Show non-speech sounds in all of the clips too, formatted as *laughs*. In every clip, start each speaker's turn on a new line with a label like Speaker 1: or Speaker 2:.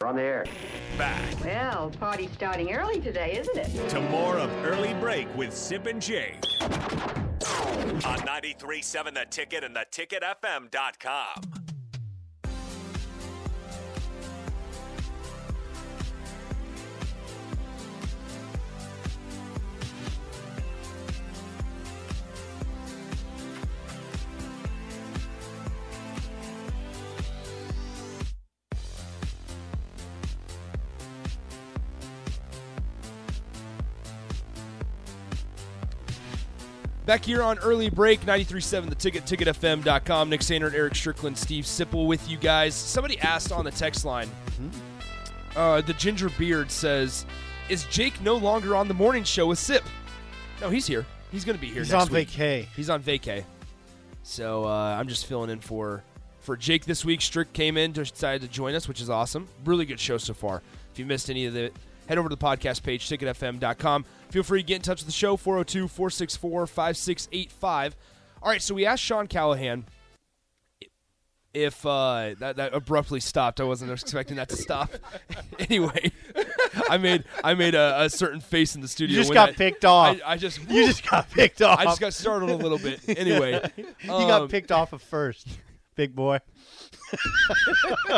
Speaker 1: We're on the air.
Speaker 2: Back
Speaker 3: Well, party's starting early today, isn't it?
Speaker 2: to more of Early Break with Sip and Jake. On 93.7 The Ticket and theticketfm.com.
Speaker 4: Back here on early break, 93.7 The Ticket, ticketfm.com. Nick Sainert, Eric Strickland, Steve Sipple with you guys. Somebody asked on the text line,
Speaker 5: Mm-hmm.
Speaker 4: uh, the ginger beard says, is Jake no longer on the morning show with Sip? No, he's here. He's going to be here
Speaker 5: He's
Speaker 4: next
Speaker 5: on
Speaker 4: week.
Speaker 5: vacay.
Speaker 4: He's on vacay. So uh, I'm just filling in for for Jake this week. Strick came in, decided to join us, which is awesome. Really good show so far. If you missed any of it, head over to the podcast page, ticketfm.com. Feel free to get in touch with the show, 402 464 5685. All right, so we asked Sean Callahan if uh, that, that abruptly stopped. I wasn't expecting that to stop. *laughs* anyway, I made I made a, a certain face in the studio.
Speaker 5: You just
Speaker 4: when
Speaker 5: got
Speaker 4: that-
Speaker 5: picked off.
Speaker 4: I, I just
Speaker 5: you just got picked off.
Speaker 4: I just got startled a little bit. Anyway,
Speaker 5: *laughs* you
Speaker 4: um,
Speaker 5: got picked off of first, big boy. *laughs*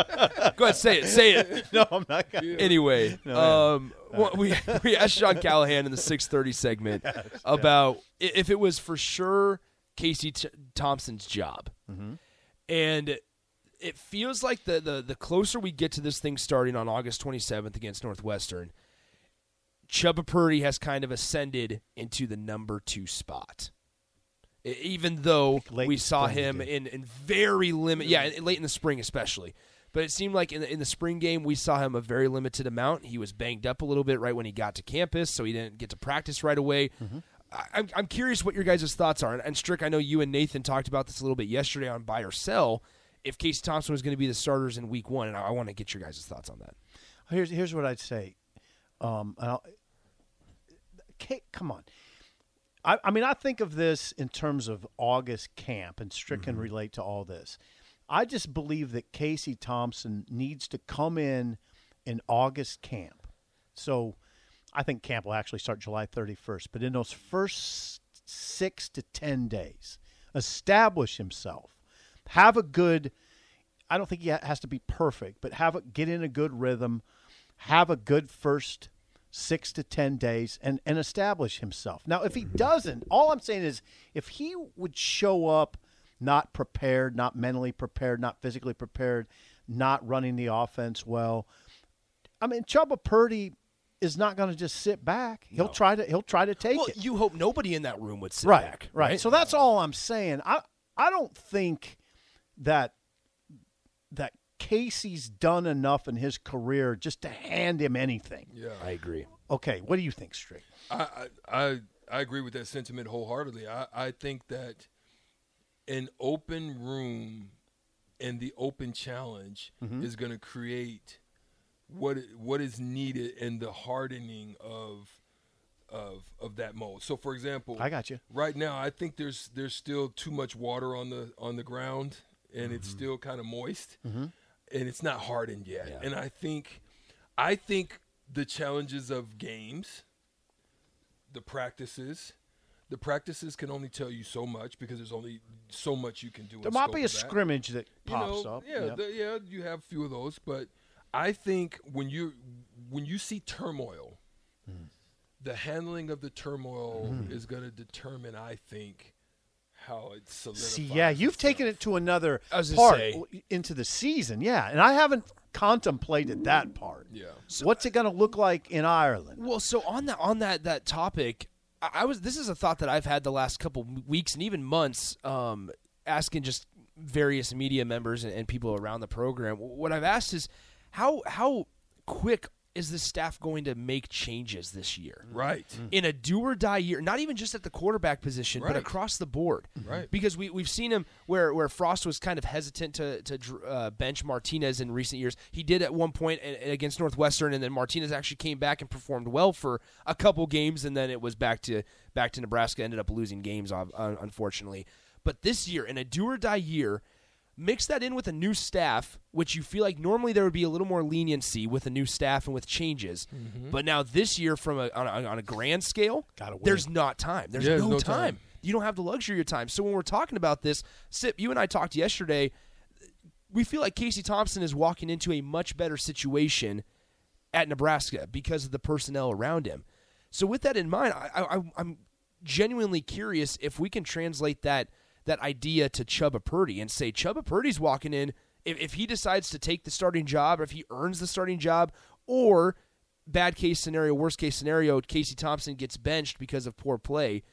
Speaker 4: Go ahead, say it, say
Speaker 5: *laughs*
Speaker 4: it.
Speaker 5: No, I'm not. Gonna.
Speaker 4: Anyway, um, what we *laughs* we asked Sean Callahan in the six thirty
Speaker 5: *laughs*
Speaker 4: segment about i- if it was for sure Casey T- Thompson's job,
Speaker 5: Mm-hmm.
Speaker 4: and it feels like the, the the closer we get to this thing starting on August twenty seventh against Northwestern, Chuba Purdy has kind of ascended into the number two spot. E- Even though
Speaker 5: Late
Speaker 4: we
Speaker 5: in
Speaker 4: saw
Speaker 5: spring,
Speaker 4: him
Speaker 5: dude.
Speaker 4: in, in very limited, yeah, in- late in the spring especially. But it seemed like in the, in the spring game we saw him a very limited amount. He was banged up a little bit right when he got to campus, so he didn't get to practice right away.
Speaker 5: Mm-hmm.
Speaker 4: I, I'm, I'm curious what your guys' thoughts are. And, and Strick, I know you and Nathan talked about this a little bit yesterday on buy or sell. If Casey Thompson was going to be the starters in week one, and I, I want to get your guys' thoughts on that.
Speaker 5: Here's here's what I'd say. Um, and I'll, Ca- come on. I, I mean, I think of this in terms of August camp, and Strick can relate to all this. I just believe that Casey Thompson needs to come in in August camp. So I think camp will actually start July 31st, but in those first six to 10 days, establish himself, have a good, I don't think he ha- has to be perfect, but have a, get in a good rhythm, have a good first six to 10 days and, and establish himself. Now, if he doesn't, all I'm saying is if he would show up not prepared, not mentally prepared, not physically prepared, not running the offense well, I mean, Chuba Purdy is not going to just sit back. He'll try to he'll try to take
Speaker 4: Well,
Speaker 5: it.
Speaker 4: you hope nobody in that room would sit
Speaker 5: right,
Speaker 4: back,
Speaker 5: right, So that's all I'm saying. I I don't think that that Casey's done enough in his career just to hand him anything.
Speaker 4: I agree.
Speaker 5: Okay, what do you think, Strick?
Speaker 6: I, I I- I agree with that sentiment wholeheartedly. I, I think that an open room and the open challenge is going to create what i- what is needed in the hardening of of of that mold. So, for example,
Speaker 5: I got you.
Speaker 6: right now i think there's there's still too much water on the on the ground and it's still kind of moist and it's not hardened yet and i think i think the challenges of games the practices the practices can only tell you so much because there's only so much you can do in
Speaker 5: There might
Speaker 6: scope
Speaker 5: be a
Speaker 6: of that
Speaker 5: scrimmage that
Speaker 6: you know,
Speaker 5: pops up.
Speaker 6: Yeah,
Speaker 5: yeah.
Speaker 6: the- yeah, you have a few of those, but I think when you when you see turmoil,
Speaker 5: Hmm.
Speaker 6: the handling of the turmoil is going to determine, I think, how it solidifies.
Speaker 5: See, yeah, you've taken it to another
Speaker 4: I was gonna
Speaker 5: part
Speaker 4: say-
Speaker 5: w- into the season. Yeah, and I haven't contemplated that part.
Speaker 6: Yeah.
Speaker 5: What's it going to look like in Ireland?
Speaker 4: Well, so on that on that that topic, I, I was. This is a thought that I've had the last couple weeks and even months, um, asking just various media members and, and people around the program. What I've asked is how how quick is this staff going to make changes this year?
Speaker 6: Right.
Speaker 5: Hmm.
Speaker 4: in a do or die year, not even just at the quarterback position, but
Speaker 6: Right.
Speaker 4: across the board.
Speaker 5: Mm-hmm.
Speaker 6: Right.
Speaker 4: Because we, we've seen him where, where Frost was kind of hesitant to, to dr- uh, bench Martinez in recent years. He did at one point a- against Northwestern, and then Martinez actually came back and performed well for a couple games, and then it was back to back to Nebraska. Ended up losing games, ob- un- unfortunately. But this year, in a do or die year, Mix that in with a new staff, which you feel like normally there would be a little more leniency with a new staff and with changes, but now this year, from a, on, a, on a grand scale,
Speaker 5: Mm-hmm. Gotta win.
Speaker 4: there's not time. There's
Speaker 6: Yeah,
Speaker 4: no,
Speaker 6: there's no
Speaker 4: time.
Speaker 6: time.
Speaker 4: You don't have the luxury of time. So when we're talking about this, Sip, you and I talked yesterday. We feel like Casey Thompson is walking into a much better situation at Nebraska because of the personnel around him. So with that in mind, I, I, I- I'm genuinely curious if we can translate that that idea to Chuba Purdy and say Chuba Purdy's walking in. If, if he decides to take the starting job, or if he earns the starting job, or bad case scenario, worst case scenario, Casey Thompson gets benched because of poor play.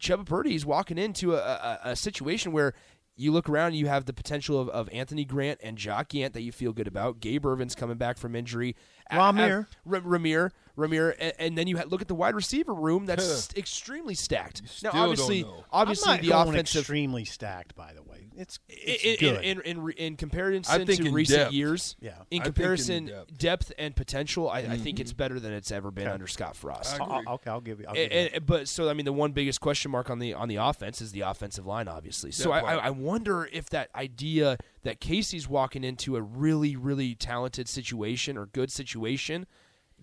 Speaker 4: Chuba Purdy is walking into a, a, a situation where you look around, you have the potential of, of Anthony Grant and Jock Gant that you feel good about. Gabe Irvin's coming back from injury. A-
Speaker 5: Ramir.
Speaker 4: a- R- Ramir. Ramir. And, and then you ha- look at the wide receiver room that's st- extremely stacked.
Speaker 6: still
Speaker 4: now,
Speaker 6: don't
Speaker 4: obviously,
Speaker 6: know.
Speaker 4: obviously
Speaker 5: I'm not
Speaker 4: the
Speaker 5: going
Speaker 4: offensive.
Speaker 5: extremely stacked, by the way. It's, it's
Speaker 4: In, in,
Speaker 5: good.
Speaker 4: in, in, re- in comparison
Speaker 6: I think
Speaker 4: to
Speaker 6: in
Speaker 4: recent
Speaker 6: depth.
Speaker 4: years,
Speaker 5: Yeah. I
Speaker 4: in
Speaker 6: think in
Speaker 4: comparison
Speaker 6: depth. Mm-hmm.
Speaker 4: and potential, I, I think it's better than it's ever been under Scott Frost.
Speaker 5: I'll, I'll- okay, I'll give you. I'll give
Speaker 4: And,
Speaker 5: you that.
Speaker 4: and- but so I mean, the one biggest question mark on the on the offense is the offensive line, obviously. So
Speaker 6: That
Speaker 4: I, I,
Speaker 6: part.
Speaker 4: I wonder if that idea that Casey's walking into a really really talented situation or good situation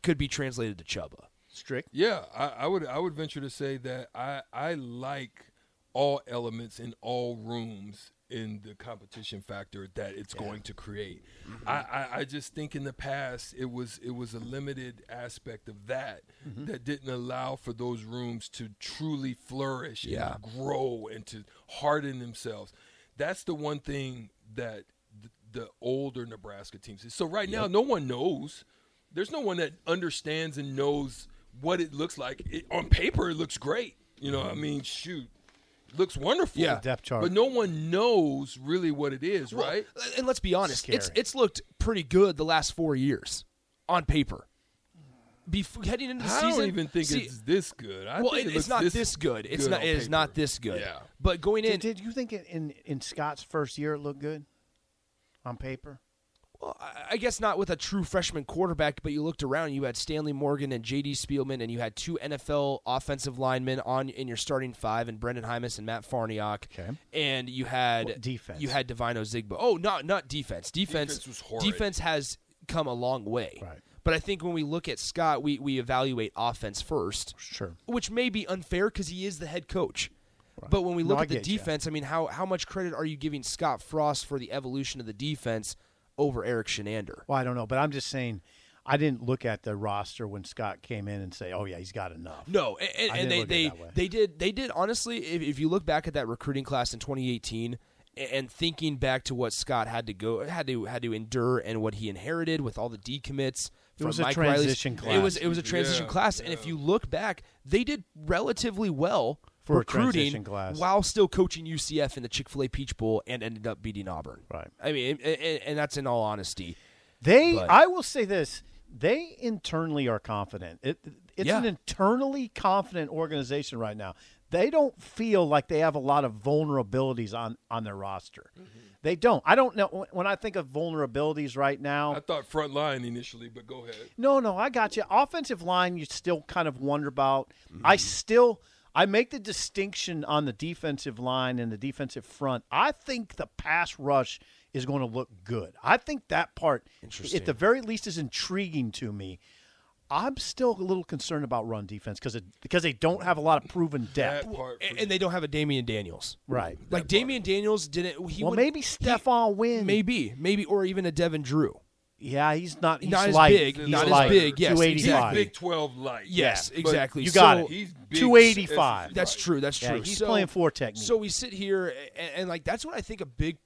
Speaker 4: could be translated to Chuba.
Speaker 5: strict.
Speaker 6: Yeah, I, I would I would venture to say that I I like all elements in all rooms in the competition factor that it's going to create. I, I, I just think in the past it was it was a limited aspect of that that didn't allow for those rooms to truly flourish
Speaker 4: Yeah.
Speaker 6: and grow and to harden themselves. That's the one thing that th- the older Nebraska teams. So right now, no one knows. There's no one that understands and knows what it looks like. It, on paper, it looks great. You know, I mean, shoot, looks wonderful.
Speaker 4: Yeah.
Speaker 5: Depth chart.
Speaker 6: But no one knows really what it is, right?
Speaker 4: Well, and let's be honest, it's
Speaker 5: Scary.
Speaker 4: it's looked pretty good the last four years on paper. Before heading into the
Speaker 6: I
Speaker 4: season,
Speaker 6: don't even think
Speaker 4: see-
Speaker 6: it's this good. I
Speaker 4: well,
Speaker 6: think
Speaker 4: it-
Speaker 6: it
Speaker 4: it's
Speaker 6: looks
Speaker 4: not this,
Speaker 6: this
Speaker 4: good. It's
Speaker 6: good
Speaker 4: not.
Speaker 6: on
Speaker 4: It's not
Speaker 6: paper.
Speaker 4: this good.
Speaker 6: Yeah.
Speaker 4: But going in,
Speaker 5: Did, did you think it in in Scott's first year it looked good on paper?
Speaker 4: Well, I- I guess not with a true freshman quarterback, but you looked around, you had Stanley Morgan and J.D. Spielman, and you had two NFL offensive linemen on in your starting five, and Brendan Hymus and Matt Farniok.
Speaker 5: Okay.
Speaker 4: And you had
Speaker 5: What defense?
Speaker 4: You had Divino Zigbo. Oh, not not defense. Defense
Speaker 6: Defense was horrid.
Speaker 4: defense has come a long way.
Speaker 5: Right.
Speaker 4: But I think when we look at Scott, we we evaluate offense first
Speaker 5: Sure.
Speaker 4: which may be unfair because he is the head coach. But when we
Speaker 5: No,
Speaker 4: look
Speaker 5: I
Speaker 4: at the
Speaker 5: get ya.
Speaker 4: defense, I mean, how how much credit are you giving Scott Frost for the evolution of the defense over Eric Shenander?
Speaker 5: Well, I don't know, but I'm just saying, I didn't look at the roster when Scott came in and say, "Oh yeah, he's got enough."
Speaker 4: No, a- and,
Speaker 5: I
Speaker 4: and,
Speaker 5: didn't
Speaker 4: they
Speaker 5: look at
Speaker 4: they,
Speaker 5: it that way.
Speaker 4: they did they did honestly. If, if you look back at that recruiting class in 2018 a- and thinking back to what Scott had to go had to had to endure and what he inherited with all the decommits from
Speaker 5: was a
Speaker 4: Mike Riley's-
Speaker 5: transition
Speaker 4: It was
Speaker 5: class.
Speaker 4: it was a transition
Speaker 6: Yeah,
Speaker 4: class, and if you look back, they did relatively well
Speaker 5: For a
Speaker 4: recruiting
Speaker 5: transition class.
Speaker 4: while still coaching UCF in the Chick Fil A Peach Bowl and ended up beating Auburn.
Speaker 5: Right.
Speaker 4: I mean, and, and, and that's in all honesty.
Speaker 5: They,
Speaker 4: But-
Speaker 5: I will say this: they internally are confident. It, it's
Speaker 4: Yeah.
Speaker 5: an internally confident organization right now. They don't feel like they have a lot of vulnerabilities on on their roster.
Speaker 4: Mm-hmm.
Speaker 5: They don't. I don't know when- when I think of vulnerabilities right now.
Speaker 6: I thought front line initially, but go ahead.
Speaker 5: No, no, I got you. Offensive line, you still kind of wonder about. I
Speaker 4: Mm-hmm.
Speaker 5: still, I make the distinction on the defensive line and the defensive front. I think the pass rush is going to look good. I think that part, at the very least, is intriguing to me. I'm still a little concerned about run defense because because they don't have a lot of
Speaker 4: Uh,
Speaker 5: proven depth.
Speaker 6: That part.
Speaker 4: And, and they don't have a Damian Daniels.
Speaker 5: Right.
Speaker 4: Like Damian Daniels didn't. He
Speaker 5: Well,
Speaker 4: would-
Speaker 5: maybe
Speaker 4: he-
Speaker 5: Stephon Wynn.
Speaker 4: Maybe, maybe, or even a Devin Drew.
Speaker 5: Yeah, he's not. He's
Speaker 4: Not as
Speaker 5: light.
Speaker 4: big,
Speaker 5: He's
Speaker 4: not as
Speaker 5: light.
Speaker 4: big, yes,
Speaker 5: 285.
Speaker 6: he's Big Twelve light.
Speaker 4: Yes,
Speaker 6: But
Speaker 4: exactly.
Speaker 5: You got
Speaker 4: So-
Speaker 5: it.
Speaker 6: He's big
Speaker 5: 285.
Speaker 4: That's
Speaker 6: Right.
Speaker 4: true. That's
Speaker 5: Yeah,
Speaker 4: true.
Speaker 5: he's
Speaker 4: so,
Speaker 5: playing four technique.
Speaker 4: So we sit here, and, and like that's what I think a big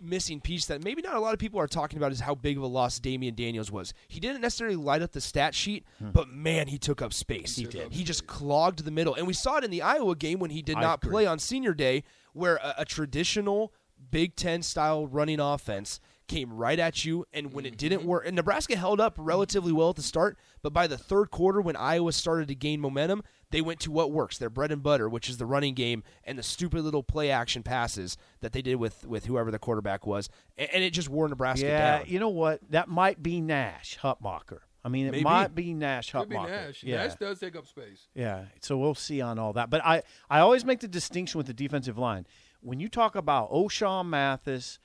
Speaker 4: missing piece that maybe not a lot of people are talking about is how big of a loss Damian Daniels was. He didn't necessarily light up the stat sheet,
Speaker 5: Hmm.
Speaker 4: but man, he took up space. He
Speaker 6: did.
Speaker 4: He just clogged the middle, and we saw it in the Iowa game when he did
Speaker 5: I
Speaker 4: not
Speaker 5: agree.
Speaker 4: play on Senior Day, where a, a traditional Big Ten style running offense. Came right at you, and when it didn't
Speaker 6: Mm-hmm.
Speaker 4: work, and Nebraska held up relatively well at the start, but by the third quarter, when Iowa started to gain momentum, they went to what works their bread and butter which is the running game and the stupid little play action passes that they did with with whoever the quarterback was A- and, it just wore nebraska
Speaker 5: Yeah,
Speaker 4: down
Speaker 5: you know what? That might be Nash Hutmacher. I mean, it
Speaker 4: Maybe.
Speaker 5: might be Nash Hutmacher.
Speaker 6: Could be Nash.
Speaker 5: Yeah.
Speaker 6: Nash does take up space.
Speaker 5: yeah. So we'll see on all that. But I, I always make the distinction with the defensive line. When you talk about O'Shawn Mathis,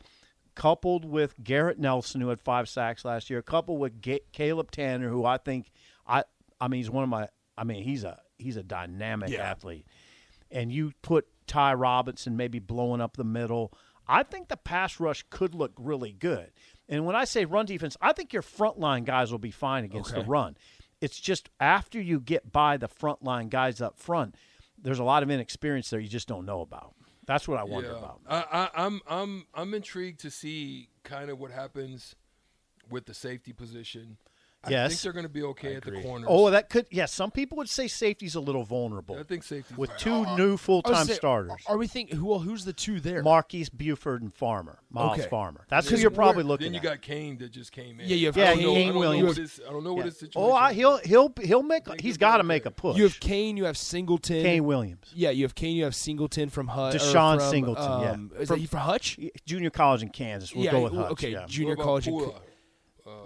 Speaker 5: coupled with Garrett Nelson, who had five sacks last year, coupled with Ga- Caleb Tanner, who I think I I mean he's one of my I mean he's a he's a dynamic
Speaker 6: Yeah.
Speaker 5: athlete, and you put Ty Robinson maybe blowing up the middle. I think the pass rush could look really good. And when I say run defense, I think your front line guys will be fine against the run. It's just after you get by the front line guys up front, there's a lot of inexperience there you just don't know about. That's what I wonder about.
Speaker 6: I, I, I'm I'm I'm intrigued to see kind of what happens with the safety position. I think
Speaker 5: Yes.
Speaker 6: they're going to be okay at the corners.
Speaker 5: Oh, that could. Yeah, some people would say safety's a little vulnerable.
Speaker 6: I think safety
Speaker 5: with two new full-time starters,
Speaker 4: Are we thinking? Who, well, who's the two there?
Speaker 5: Marquise Buford and Farmer, Miles
Speaker 4: Okay.
Speaker 5: Farmer. That's who you're probably looking
Speaker 6: Then you
Speaker 5: at.
Speaker 6: got Kane that just came in.
Speaker 4: Yeah, you have
Speaker 6: I
Speaker 5: Yeah,
Speaker 6: don't know,
Speaker 5: Kane
Speaker 6: I don't Know
Speaker 5: Williams.
Speaker 6: what his, I don't know what his situation.
Speaker 5: oh, I,
Speaker 6: is.
Speaker 5: he'll he'll he'll make.
Speaker 6: They
Speaker 5: He's
Speaker 6: could
Speaker 5: got to
Speaker 6: be
Speaker 5: make a
Speaker 6: okay.
Speaker 5: push.
Speaker 4: you have Kane. You have Singleton.
Speaker 5: Kane Williams,
Speaker 4: Yeah, you have Kane. You have Singleton from Hutch.
Speaker 5: Deshaun Singleton, yeah.
Speaker 4: Um, Is
Speaker 5: From-
Speaker 4: that he from Hutch?
Speaker 5: junior college in Kansas. We'll
Speaker 4: yeah.
Speaker 5: go with
Speaker 4: well,
Speaker 5: Hutch.
Speaker 4: okay,
Speaker 5: yeah.
Speaker 6: What
Speaker 4: junior
Speaker 6: about
Speaker 4: college. and
Speaker 6: Pula?
Speaker 4: co-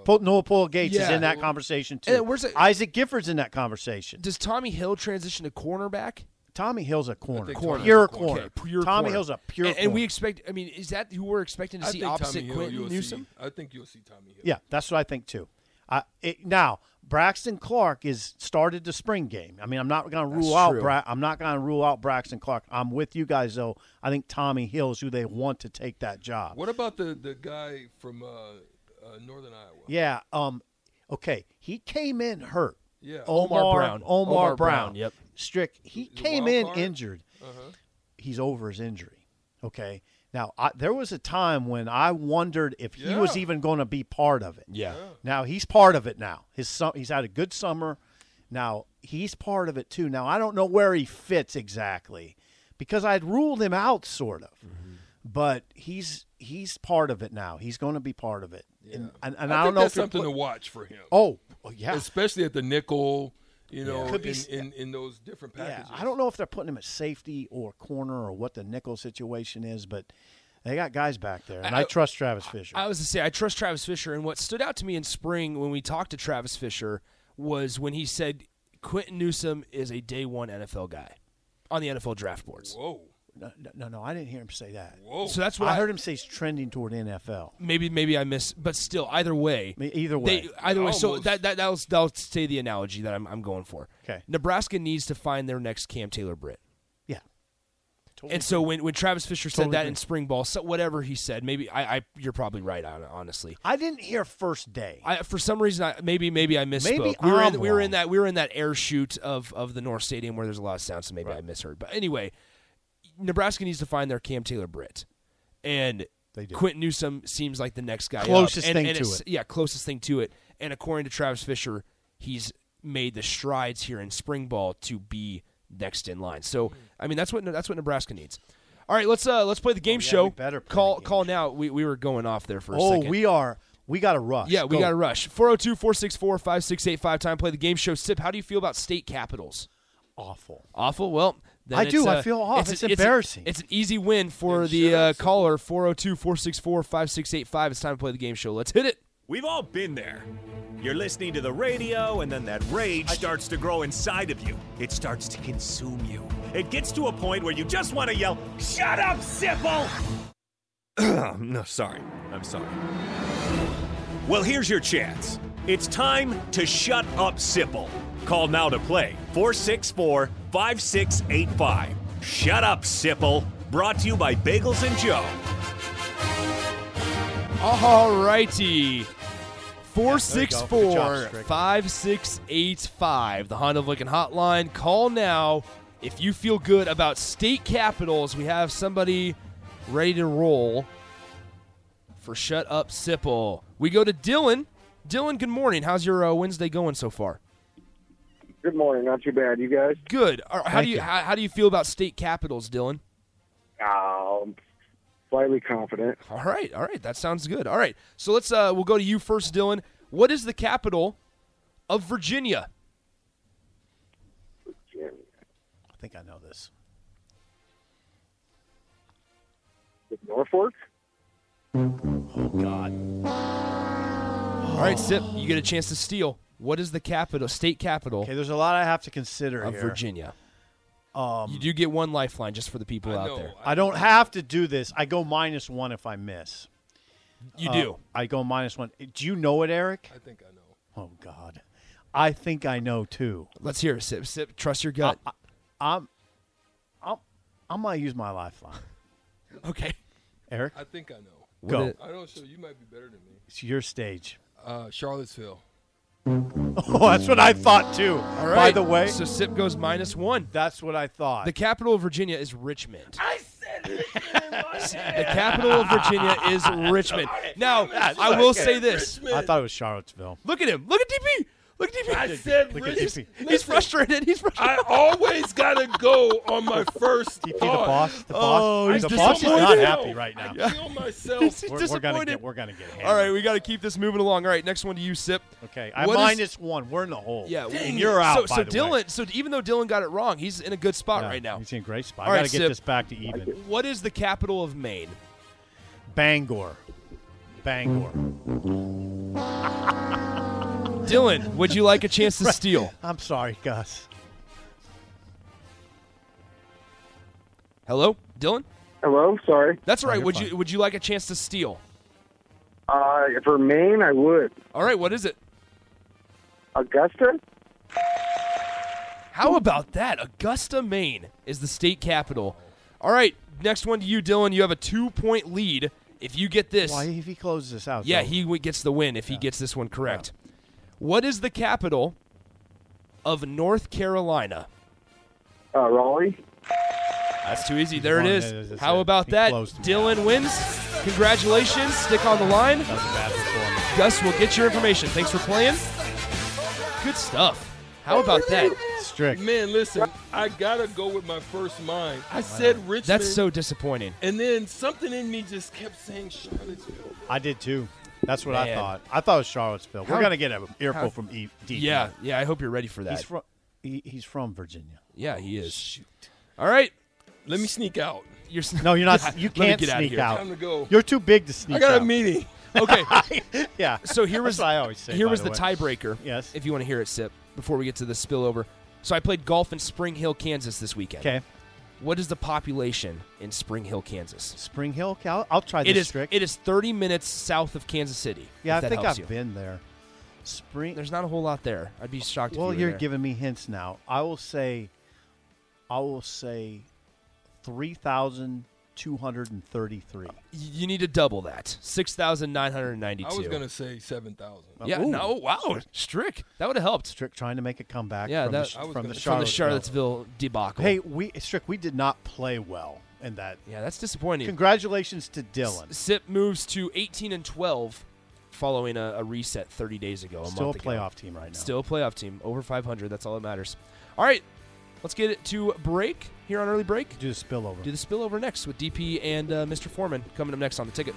Speaker 5: Paul- Noah Paul Gates is
Speaker 4: Yeah.
Speaker 5: in that conversation too.
Speaker 4: And where's it-
Speaker 5: Isaac Gifford's in that conversation.
Speaker 4: Does Tommy Hill transition to cornerback?
Speaker 5: Tommy Hill's a corner,
Speaker 6: think Corner. Tommy's
Speaker 5: pure
Speaker 6: a corner.
Speaker 5: corner.
Speaker 4: Okay, pure
Speaker 5: Tommy
Speaker 4: corner.
Speaker 5: Hill's a pure.
Speaker 4: And, and we
Speaker 5: corner.
Speaker 4: expect. I mean, is that who we're expecting to
Speaker 6: I
Speaker 4: see
Speaker 6: think
Speaker 4: opposite
Speaker 6: Tommy Hill,
Speaker 4: Quentin
Speaker 6: you'll
Speaker 4: Newsom?
Speaker 6: See, I think you'll see Tommy Hill.
Speaker 5: Yeah, that's what I think too. I it, now Braxton Clark is started the spring game. I mean, I'm not going to rule out.
Speaker 4: true.
Speaker 5: Bra- I'm not going to rule out Braxton Clark. I'm with you guys though. I think Tommy Hill is who they want to take that job.
Speaker 6: What about the the guy from uh, uh, Northern Iowa?
Speaker 5: Yeah. Um. Okay. He came in hurt.
Speaker 6: Yeah.
Speaker 4: Omar Brown.
Speaker 5: Omar,
Speaker 4: Omar
Speaker 5: Brown.
Speaker 4: Brown, yep.
Speaker 5: Strick. He
Speaker 6: a
Speaker 5: came
Speaker 6: wild
Speaker 5: in
Speaker 6: card? Uh-huh.
Speaker 5: injured. He's over his injury. Okay. Now I, there was a time when I wondered if he was
Speaker 6: Yeah.
Speaker 5: even going to be part of it.
Speaker 4: Yeah.
Speaker 5: Now he's part of it now. His sum, he's had a good summer. Now he's part of it too. Now I don't know where he fits exactly because I'd ruled him out sort of.
Speaker 4: Mm-hmm.
Speaker 5: But he's he's part of it now. He's going to be part of it. And, and, and I,
Speaker 6: I,
Speaker 5: don't
Speaker 6: think
Speaker 5: know
Speaker 6: that's
Speaker 5: if you're
Speaker 6: something
Speaker 5: put-
Speaker 6: to watch for him.
Speaker 5: Oh, oh, yeah.
Speaker 6: especially at the nickel, you know,
Speaker 5: Could be
Speaker 6: in,
Speaker 5: s-
Speaker 6: in, in those different
Speaker 5: Yeah,
Speaker 6: packages.
Speaker 5: I don't know if they're putting him at safety or corner or what the nickel situation is, but they got guys back there, and I,
Speaker 4: I-
Speaker 5: trust Travis Fisher.
Speaker 4: I was to say I trust Travis Fisher, and what stood out to me in spring when we talked to Travis Fisher was when he said Quentin Newsom is a day one NFL guy on the NFL draft boards.
Speaker 6: Whoa,
Speaker 5: no, no, no, I didn't hear him say that.
Speaker 6: whoa!
Speaker 4: So that's what
Speaker 5: I
Speaker 4: I,
Speaker 5: heard him say he's trending toward NFL.
Speaker 4: Maybe maybe I miss, but still, either way,
Speaker 5: I mean, either way,
Speaker 4: they, either way. So
Speaker 6: Almost.
Speaker 4: that that that'll that'll stay the analogy that I'm I'm going for.
Speaker 5: Okay.
Speaker 4: Nebraska needs to find their next Cam Taylor Britt.
Speaker 5: yeah. Totally
Speaker 4: And so when, when Travis Fisher said
Speaker 5: Totally
Speaker 4: that
Speaker 5: agree.
Speaker 4: in spring ball, so whatever he said, maybe I, I you're probably right on it, honestly.
Speaker 5: I didn't hear first day.
Speaker 4: I, for some reason, I, maybe maybe I misspoke.
Speaker 5: Maybe
Speaker 4: we were
Speaker 5: I'm
Speaker 4: in, we were in
Speaker 5: wrong.
Speaker 4: that we were in that air shoot of of the North Stadium where there's a lot of sound, so maybe I misheard. But anyway, Nebraska needs to find their Cam Taylor Britt, and
Speaker 5: They do.
Speaker 4: Quentin Newsom seems like the next guy. up.
Speaker 5: Closest
Speaker 4: And-
Speaker 5: thing
Speaker 4: and
Speaker 5: to
Speaker 4: it's-
Speaker 5: it.
Speaker 4: Yeah, closest thing to it. And according to Travis Fisher, he's made the strides here in spring ball to be next in line. So I mean, that's what that's what Nebraska needs. All right, let's uh let's play the game
Speaker 5: Oh, yeah,
Speaker 4: show.
Speaker 5: we better play the
Speaker 4: call
Speaker 5: game
Speaker 4: call now. We we were going off there for a
Speaker 5: oh,
Speaker 4: second.
Speaker 5: we are. We got to rush.
Speaker 4: Yeah, we
Speaker 5: Go.
Speaker 4: got to rush. 402 464 5685. Time to play the game show. Sip, how do you feel about state capitals?
Speaker 5: awful.
Speaker 4: Awful. Well, then
Speaker 5: I
Speaker 4: it's,
Speaker 5: do.
Speaker 4: uh,
Speaker 5: I feel off. It's
Speaker 4: an-
Speaker 5: embarrassing.
Speaker 4: It's, an easy win for the uh, caller 402 464 5685. It's time to play the game show. Let's hit it.
Speaker 2: We've all been there. You're listening to the radio, and then that rage starts to grow inside of you. It starts to consume you. It gets to a point where you just want to yell, Shut up, Sipple! *clears throat* no, sorry. I'm sorry. Well, here's your chance. It's time to shut up, Sipple. Call now to play 464 5685. Shut up, Sipple. Brought to you by Bagels and Joe.
Speaker 4: All righty.
Speaker 5: Good job,
Speaker 4: 464
Speaker 5: Strick.
Speaker 4: 5685. The Honda of Lincoln Hotline. Call now. If you feel good about state capitals, we have somebody ready to roll for Shut Up Sipple. We go to Dylan. Dylan, good morning. How's your uh, Wednesday going so far?
Speaker 1: Good morning. Not too bad, you guys.
Speaker 4: Good. All right, How
Speaker 5: Thank
Speaker 4: do you,
Speaker 5: you.
Speaker 4: How, how do you feel about state capitals, Dylan?
Speaker 1: Um, slightly confident.
Speaker 4: All right, all right, that sounds good. All right, so let's uh, we'll go to you first, Dylan. What is the capital of Virginia?
Speaker 5: I think I know this.
Speaker 1: With Norfolk,
Speaker 5: Oh God.
Speaker 4: All right, Sip, you get a chance to steal. What is the capital, state capital
Speaker 5: Okay, there's a lot I have to consider
Speaker 4: of
Speaker 5: here.
Speaker 4: Virginia? Um, you do get one
Speaker 5: Uh,
Speaker 4: lifeline just for the people
Speaker 6: I
Speaker 4: out
Speaker 6: know.
Speaker 4: there.
Speaker 5: I don't have to do this. I go minus one if I miss.
Speaker 4: You
Speaker 5: Uh,
Speaker 4: do.
Speaker 5: I go minus one. Do you know it, Eric?
Speaker 6: I think I know.
Speaker 5: Oh God, I think I know too.
Speaker 4: Let's hear it, Sip. Sip, trust your gut.
Speaker 5: Uh, I'm, I'm, I'm gonna use my lifeline. uh,
Speaker 4: okay.
Speaker 5: Eric,
Speaker 6: I think I know.
Speaker 5: go.
Speaker 4: What
Speaker 6: I don't know. You might be better than me.
Speaker 5: It's your stage. *laughs*
Speaker 6: Uh, Charlottesville.
Speaker 5: Oh, that's what I thought too.
Speaker 4: All right.
Speaker 5: By the way,
Speaker 4: so Sip goes minus one.
Speaker 5: that's what I thought.
Speaker 4: The capital of Virginia is Richmond. I said Richmond. the capital of Virginia is Richmond. Now, I will say this.
Speaker 5: I thought it was Charlottesville.
Speaker 4: Look at him. Look at DP. Look at DP.
Speaker 6: I said
Speaker 5: Look at
Speaker 6: Rich-
Speaker 5: DP.
Speaker 4: He's frustrated. He's frustrated.
Speaker 6: I always gotta go on my first.
Speaker 5: DP, the
Speaker 6: thought.
Speaker 5: boss, the
Speaker 4: Oh,
Speaker 5: boss,
Speaker 4: he's
Speaker 5: the boss is not
Speaker 4: disappointed.
Speaker 5: happy right now.
Speaker 6: I kill myself.
Speaker 4: He's
Speaker 5: We're, we're
Speaker 4: disappointed.
Speaker 5: gonna get, we're gonna get.
Speaker 4: All
Speaker 5: hammered.
Speaker 4: right, we got to keep this moving along. All right, next one to you, Sip.
Speaker 5: Okay, I
Speaker 4: What is-
Speaker 5: minus one. We're in the hole.
Speaker 4: Yeah,
Speaker 5: and you're out.
Speaker 4: So,
Speaker 5: by
Speaker 4: so
Speaker 5: the
Speaker 4: Dylan,
Speaker 5: way.
Speaker 4: so even though Dylan got it wrong, he's in a good spot
Speaker 5: Yeah,
Speaker 4: right now.
Speaker 5: He's in a great spot.
Speaker 4: All
Speaker 5: I
Speaker 4: right,
Speaker 5: gotta get
Speaker 4: Sip.
Speaker 5: this back to even.
Speaker 4: What is the capital of Maine?
Speaker 5: Bangor, Bangor.
Speaker 4: Dylan, would you like a
Speaker 5: *laughs*
Speaker 4: chance to steal?
Speaker 5: I'm sorry, Gus.
Speaker 4: Hello, Dylan.
Speaker 1: Hello, sorry.
Speaker 4: That's all
Speaker 5: No,
Speaker 4: right.
Speaker 5: you're
Speaker 4: would
Speaker 5: fine.
Speaker 4: you would you like a chance to steal?
Speaker 1: Uh, for Maine, I would.
Speaker 4: All right, what is it?
Speaker 1: Augusta?
Speaker 4: How about that? Augusta, Maine is the state capital. All right, next one to you, Dylan. You have a two point lead. If you get this,
Speaker 5: Why if he closes this out?
Speaker 4: yeah,
Speaker 5: though?
Speaker 4: he w- gets the win if he gets this one correct. What is the capital of North Carolina?
Speaker 1: Uh, Raleigh?
Speaker 4: That's too easy. There it
Speaker 5: won.
Speaker 4: is.
Speaker 5: Yeah, that's
Speaker 4: How
Speaker 5: it.
Speaker 4: about
Speaker 5: He
Speaker 4: that?
Speaker 5: closed me
Speaker 4: Dylan wins. Congratulations. Stick on the line.
Speaker 5: That was a bad performance.
Speaker 4: Gus, we'll get your information. Thanks for playing. Good stuff. How about that?
Speaker 5: Strict.
Speaker 6: Man, listen, I gotta go with my first mind. I said Richmond.
Speaker 4: That's so disappointing.
Speaker 6: And then something in me just kept saying Charlottesville.
Speaker 5: I did too. That's what I
Speaker 4: Man.
Speaker 5: thought. I thought it was Charlottesville.
Speaker 4: How-
Speaker 5: We're gonna get an earful
Speaker 4: how-
Speaker 5: from e- DP.
Speaker 4: Yeah, yeah, I hope you're ready for
Speaker 5: he's
Speaker 4: that.
Speaker 5: from he, he's from Virginia.
Speaker 4: Yeah, he is. All right.
Speaker 6: Let me sneak out.
Speaker 4: You're s-
Speaker 5: No, you're
Speaker 4: Yeah,
Speaker 5: not. You
Speaker 4: let me
Speaker 5: can't
Speaker 4: get out of
Speaker 5: sneak
Speaker 4: here.
Speaker 5: out.
Speaker 6: Time to go.
Speaker 5: You're too big to sneak
Speaker 6: I got
Speaker 5: out.
Speaker 6: a meeting.
Speaker 4: Okay.
Speaker 5: Yeah.
Speaker 4: *laughs* So here was
Speaker 5: That's what I always say.
Speaker 4: here
Speaker 5: by
Speaker 4: was
Speaker 5: the,
Speaker 4: the,
Speaker 5: way.
Speaker 4: tiebreaker.
Speaker 5: Yes.
Speaker 4: If you want to hear it, sip before we get to the spillover. So I played golf in Spring Hill, Kansas this weekend.
Speaker 5: Okay.
Speaker 4: What is the population in Spring Hill, Kansas?
Speaker 5: Spring Hill, Cal. I'll try this
Speaker 4: It is.
Speaker 5: trick.
Speaker 4: It is 30 minutes south of Kansas City.
Speaker 5: yeah,
Speaker 4: if
Speaker 5: I
Speaker 4: that
Speaker 5: think
Speaker 4: helps
Speaker 5: I've
Speaker 4: you.
Speaker 5: been there. Spring.
Speaker 4: There's not a whole lot there. I'd be shocked.
Speaker 5: well,
Speaker 4: if you were
Speaker 5: you're
Speaker 4: there.
Speaker 5: giving me hints now. I will say, I will say, three thousand two hundred and thirty-three.
Speaker 4: Y- You need to double that. Six thousand nine hundred ninety-two.
Speaker 6: I was gonna say seven thousand.
Speaker 4: Yeah.
Speaker 5: Ooh.
Speaker 4: No. Wow. Strick. That would have helped
Speaker 5: Strick trying to make a comeback.
Speaker 4: Yeah,
Speaker 5: from
Speaker 4: that-
Speaker 5: the, sh-
Speaker 6: I was
Speaker 5: from the
Speaker 6: gonna-
Speaker 4: from the
Speaker 5: Charlottesville.
Speaker 4: Charlottesville debacle.
Speaker 5: Hey, we Strick, we did not play well in that.
Speaker 4: Yeah, that's disappointing.
Speaker 5: Congratulations to Dylan.
Speaker 4: Sip moves to 18 and 12, following a, a reset 30 days ago. A
Speaker 5: Still a
Speaker 4: month ago.
Speaker 5: playoff team right now.
Speaker 4: Still a playoff team. Over 500. That's all that matters. All right. Let's get it to break here on early break.
Speaker 5: do the spillover.
Speaker 4: Do the spillover next with DP and uh, Mr. Foreman coming up next on the ticket.